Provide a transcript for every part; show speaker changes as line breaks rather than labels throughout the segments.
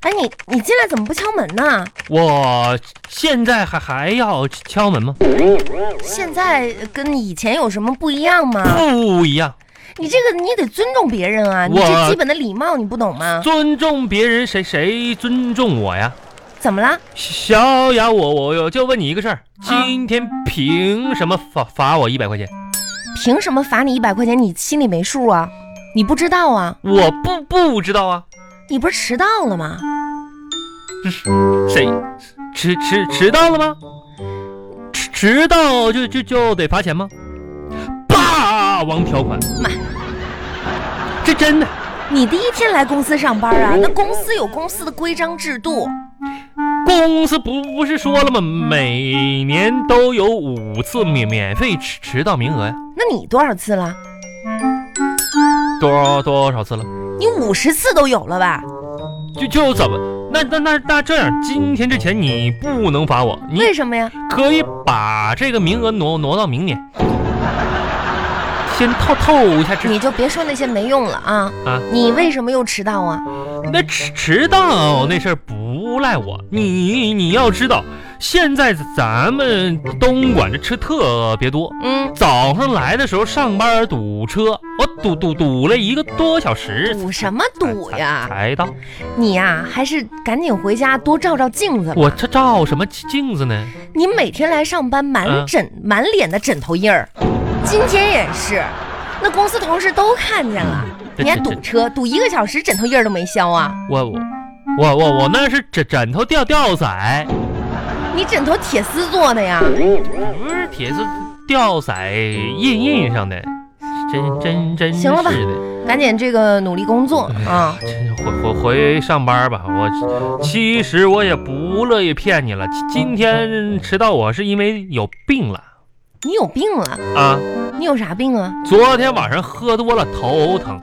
哎在怎么不敲门呢？
我现在还还要敲门吗？
现在呃跟以前有什么不一样吗？
不一样，
你这个你得尊重别人啊，你这
我啊
基本的礼貌你不懂吗？
尊重别人，谁谁尊重我呀？
怎么了？
小雅，我我我就问你一个事儿，
啊
今天凭什么罚罚我一百块钱？
凭什么罚你一百块钱？你心里没数啊？你不知道啊？
我不不知道啊，
你不是迟到了吗？
谁迟迟迟到了吗？迟迟到就就就得罚钱吗？霸王条款，
妈，
这真的。
你第一天来公司上班啊？那公司有公司的规章制度，
公司不不是说了吗？每年都有五次免免费迟迟到名额呀，
那你多少次了？
多少多少次了？
你五十次都有了吧？
就就怎么？那那那那这样，今天之前你不能罚我，你
为什么呀？
可以把这个名额挪挪到明年，先透透一下
你
知
就别说那些没用了啊！
啊。
你为什么又迟到啊？
那迟迟到那事儿不赖我，你你要知道，现在咱们东莞这车特别多，
嗯，
早上来的时候上班堵车，我堵堵堵了一个多小时，
堵什么堵呀？
才到。
你呀、还是赶紧回家多照照镜子吧。
我这照什么镜子呢？
你每天来上班满
嗯
枕、满脸的枕头印儿，今天也是，那公司同事都看见了，
这
你还
这
堵
这
车，堵一个小时，枕头印儿都没消啊！
我我我我我那是枕枕头吊吊色，
你枕头铁丝做的呀？
不是铁丝吊色印印上的，真真真
行了吧
是的。
赶紧这个努力工作
哎呀
啊！
真回回回上班吧，我其实我也不乐意骗你了，今天迟到我是因为有病了
你有病了？
啊，
你有啥病啊？
昨天晚上喝多了头疼。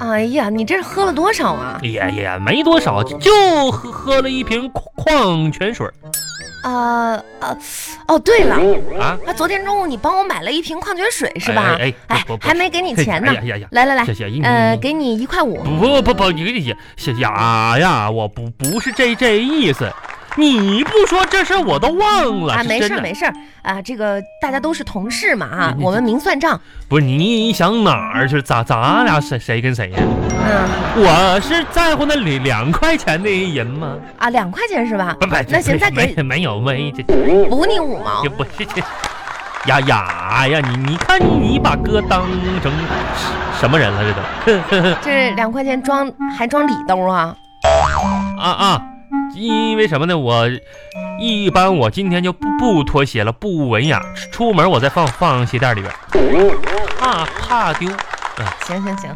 哎呀，你这是喝了多少啊？
也也没多少，就喝喝了一瓶矿矿泉水儿哎
啊啊！哦，对了，
啊，
啊，昨天中午你帮我买了一瓶矿泉水是吧？
哎哎哎不不
还没给你
嘿
钱呢
哎。呀呀呀，
来来
小
来，
小姨，
呃，
你啊
给你一块五。
不不不，你呀小雅呀，我不不是这这意思，你不说这事儿我都忘了，
啊，
是
没
真
事儿
的
没事儿啊，这个大家都是同事嘛啊
你，你
我们明算账。
不是你想哪儿去？咋咱俩谁谁跟谁呀？
嗯
我是在乎那两两块钱的人吗？
啊，两块钱是吧
不？不，
那行
没
再给
没没有没这
补你五毛
这。不是这雅雅呀，你你看你把哥当成什么人了？这都
这两块钱装还装里兜啊？
啊啊！因为什么呢？我一般我今天就不不脱鞋了，不文雅，出门我再放放鞋垫里边，怕怕丢。
行行行，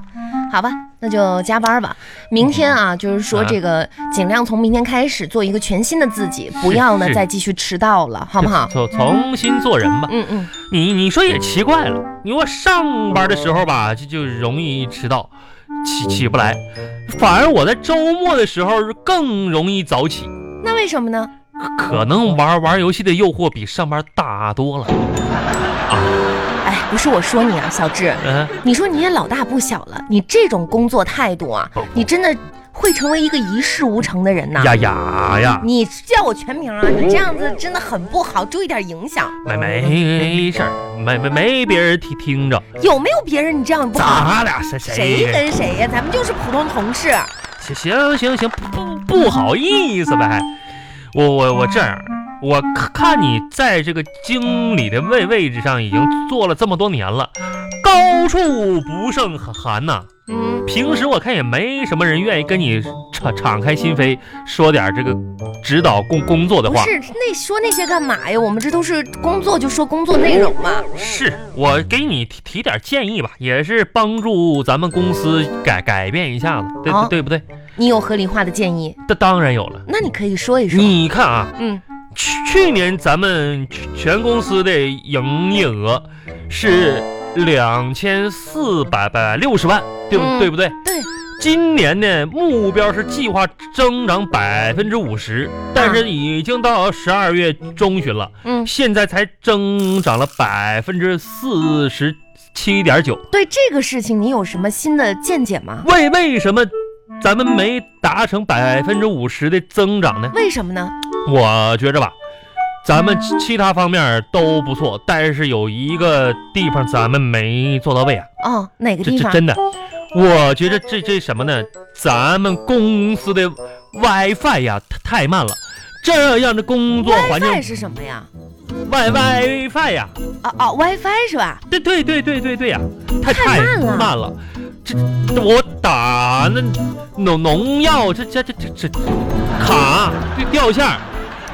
好吧，那就加班吧。明天啊，就是说
啊
这个尽量从明天开始做一个全新的自己，不要呢
是
再继续迟到了，好不好？
重重新做人吧。
嗯嗯。
你你说也奇怪了，你说上班的时候吧，就就容易迟到，起起不来，反而我在周末的时候更容易早起，
那为什么呢？
可能玩玩游戏的诱惑比上班大多了。
哎，不是我说你啊，小智，
嗯、
你说你也老大不小了，你这种工作态度啊
不不，
你真的会成为一个一事无成的人呐、
呀呀呀，
你叫我全名啊，你这样子真的很不好，注意点影响。
没没事儿，没没没别人听听着，
有没有别人你这样不好？
咱俩谁
谁跟谁呀、咱们就是普通同事。
行行行行，不不不好意思呗，我我我这样，我看看你在这个经理的位位置上已经做了这么多年了，高处不胜寒呐、
嗯，
平时我看也没什么人愿意跟你敞敞开心扉，说点这个指导工工作的
不
话。
是那说那些干嘛呀？我们这都是工作，就说工作内容嘛。
是我给你提提点建议吧，也是帮助咱们公司改改变一下子，对、
好
对不对？
你有合理化的建议，
这当然有了，
那你可以说一说。
你看啊。
嗯，
去去年咱们全全公司的营业额是两千四百百六十万，对不、
嗯
对不对？
对。
今年呢，目标是计划增长百分之五十，但
啊
是已经到十二月中旬了，
嗯
现在才增长了百分之四十七点九。
对这个事情你有什么新的见解吗？
为为什么咱们没达成百分之五十的增长呢？
为什么呢？
我觉着吧，咱们其其他方面都不错，但是有一个地方咱们没做到位啊，
哦，哪个
这
地
这
方？
真的，我觉着这这什么呢？咱们公司的 WiFi 呀太太慢了，这样的工作环境
WiFi 是什么呀？
，Wi WiFi 呀、
啊啊，WiFi 是吧？
对对对对对对呀、太
太慢了
慢了，这这我打那农农药，这这这这这卡就掉线儿，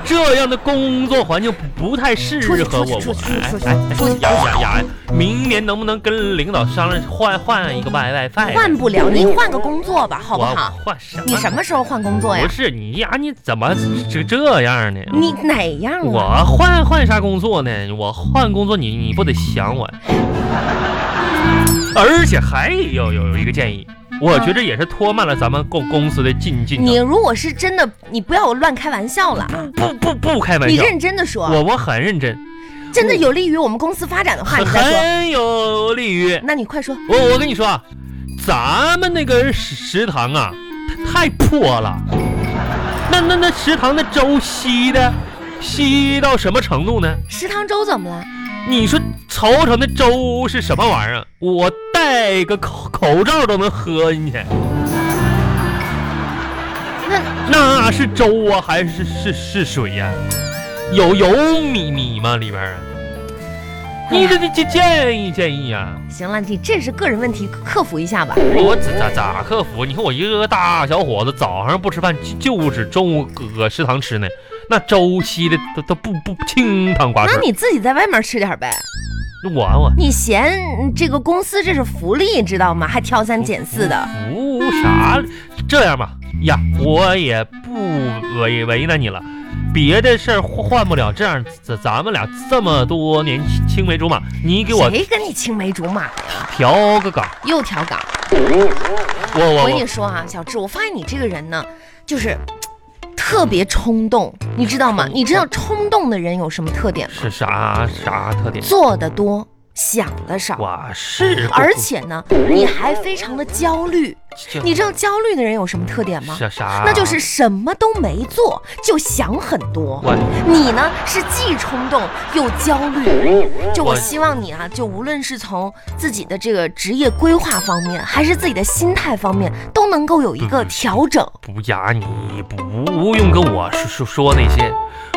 这样的工作环境不不太适
出去
合我。
出去出
我
去
哎
出去
哎
出去
哎，雅雅雅，明年能不能跟领导商量换换一个 Wi WiFi？
换不了，你换个工作吧，好
我
不好？？
我换什么？
你什么时候换工作呀
不？是你呀，你怎么这这样呢？
你哪样
我
啊？
换换啥工作呢？我换工作你你不得想我？而且还有有有一个建议，我觉着也是拖慢了咱们公公司的进进
你
程。
如果是真的，你不要乱开玩笑了啊！
不不不开玩
你
笑，
认真的说，
我我很认真，
真的有利于我们公司发展的话，啊
很
你再说。
很有利于
那你快说，
我。我跟你说啊，咱们那个食食堂啊，太太破了。那那那食堂的粥稀的，稀到什么程度呢？
食堂粥怎么了？
你说瞅瞅那粥是什么玩意儿？我戴个口口罩都能喝进去，
那
那是粥啊还是是是水呀、有有米米吗里边儿啊？你这这这建议建议啊！
行了，你这是个人问题，克服一下吧。
我咋咋咋克服？你看我一个个大小伙子，早上不吃饭就就只中午搁食堂吃呢，那粥稀的都都不不清汤寡
那
水。
你自己在外面吃点呗。
我我
你嫌嗯这个公司这是福利，知道吗？还挑三拣四的。
服务哦啥？这样吧，呀，我也不为为难你了。别的事儿换换不了，这样咱咱们俩这么多年青青梅竹马，你给我
谁跟你青梅竹马呀？
调个岗，
又调岗。
我我
我跟你
我
说啊，小智，我发现你这个人呢，就是嘖特别冲动，你知道吗？你知道冲动的人有什么特点吗？
是啥啥特点？
做的多，想的少，
我是，
而且呢，你还非常的焦虑。
这
你知道焦虑的人有什么特点吗？
啥啥？
那就是啊什么都没做就想很多。
我
你呢是既冲动又焦虑，就我
我
希望你啊，就无论是从自己的这个职业规划方面，还是自己的心态方面，都能够有一个
嗯
调整。
不呀，你不用跟我说说说那些。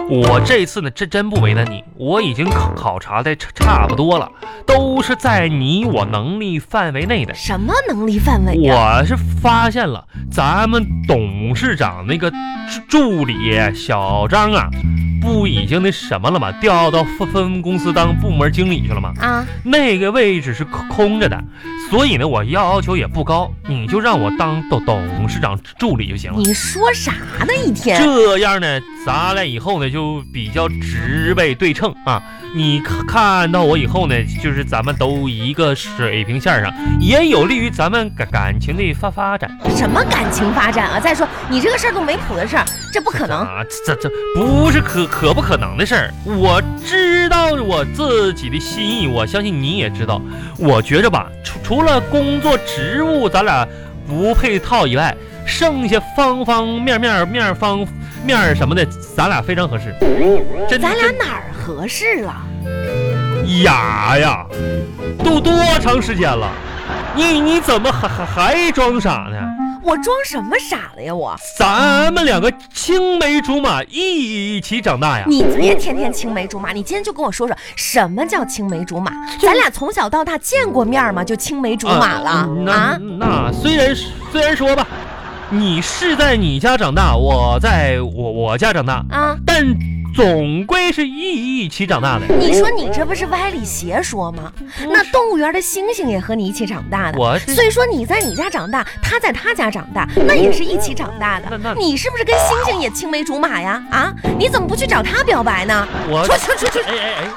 我这次呢，真真不为难你，我已经考考察的差差不多了，都是在你我能力范围内的。
什么能力范围呀、
我是发现了，咱们董事长那个助助理小张啊，不已经那什么了吗？调到分分公司当部门经理去了吗？
啊？
那个位置是空空着的，所以呢，我要求也不高，你就让我当董董事长助理就行了。
你说啥呢？一天
这样呢，咱俩以后呢就比较直呗对称啊。你看看到我以后呢，就是咱们都一个水平线上，也有利于咱们感感情的发发展。
什么感情发展啊？再说你这个事儿都没谱的事儿，这不可能。
啊，这这这不是可可不可能的事儿。我知道我自己的心意，我相信你也知道。我觉着吧，除除了工作职务咱俩不配套以外，剩下方方面面面方面儿什么的，咱俩非常合适。真
咱俩
真
哪儿合适了？
哑呀，都多长时间了？你你怎么还还还装傻呢？
我装什么傻了呀？我，
咱们两个青梅竹马一起长大呀！
你别天天青梅竹马，你今天就跟我说说什么叫青梅竹马？咱俩从小到大见过面吗？就青梅竹马了
嗯那
啊？
那虽然虽然说吧，你是在你家长大，我在我我家长大，
啊！
但总归是一一起长大的。
你说你这不是歪理邪说吗？那动物园的猩猩也和你一起长大的，
嗯我是嗯
所以说你在你家长大，他在他家长大，那也是一起长大的
那那。
你是不是跟猩猩也青梅竹马呀？啊，你怎么不去找他表白呢？
我
出去出去出去！
哎哎哎，